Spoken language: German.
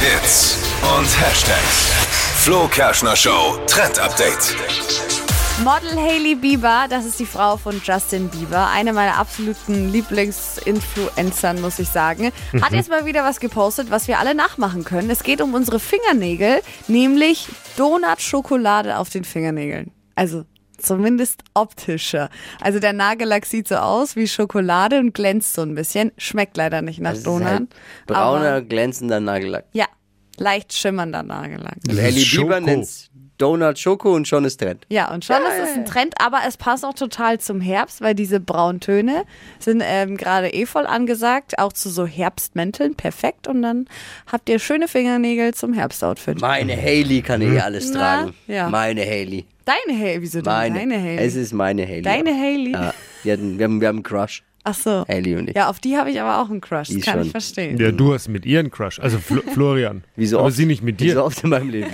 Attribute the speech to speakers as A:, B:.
A: Hits und Hashtags. Flo Kerschner Show Trend Update.
B: Model Hailey Bieber, das ist die Frau von Justin Bieber, eine meiner absoluten Lieblingsinfluencern, muss ich sagen,
C: Mhm.
B: hat jetzt mal wieder was gepostet, was wir alle nachmachen können. Es geht um unsere Fingernägel, nämlich Donut-Schokolade auf den Fingernägeln. Also zumindest optischer. Also der Nagellack sieht so aus wie Schokolade und glänzt so ein bisschen. Schmeckt leider nicht nach
C: Das ist halt
B: Donut.
C: brauner,
B: aber-
C: glänzender Nagellack.
B: Ja, leicht schimmernder Nagellack.
D: Das ist
C: Ellie
D: Schoko.
C: Bieber nennt's Donut Schoko und schon ist Trend.
B: Ja, und schon ist es ein Trend, aber es passt auch total zum Herbst, weil diese Brauntöne sind ähm, gerade eh voll angesagt, auch zu so Herbstmänteln, perfekt. Und dann habt ihr schöne Fingernägel zum Herbstoutfit.
C: Meine Haley kann
D: Hm?
C: eh alles
B: Na,
C: tragen.
B: ja.
C: Meine Haley.
B: Deine Haley, wieso denn
C: Meine.
B: deine
C: Es
B: Haley?
C: ist meine Haley.
B: Deine Haley?
C: Ja, wir, hatten, wir, haben, wir haben einen Crush.
B: Ach so.
C: Haley und ich.
B: Ja, auf die habe ich aber auch einen Crush, das
C: Die
B: kann ich
C: schon.
B: verstehen.
D: Ja, du hast mit ihren Crush, also Fl Florian.
C: Wie so
D: Aber
C: oft,
D: sie nicht mit
C: Wie so
D: dir.
C: oft in meinem Leben.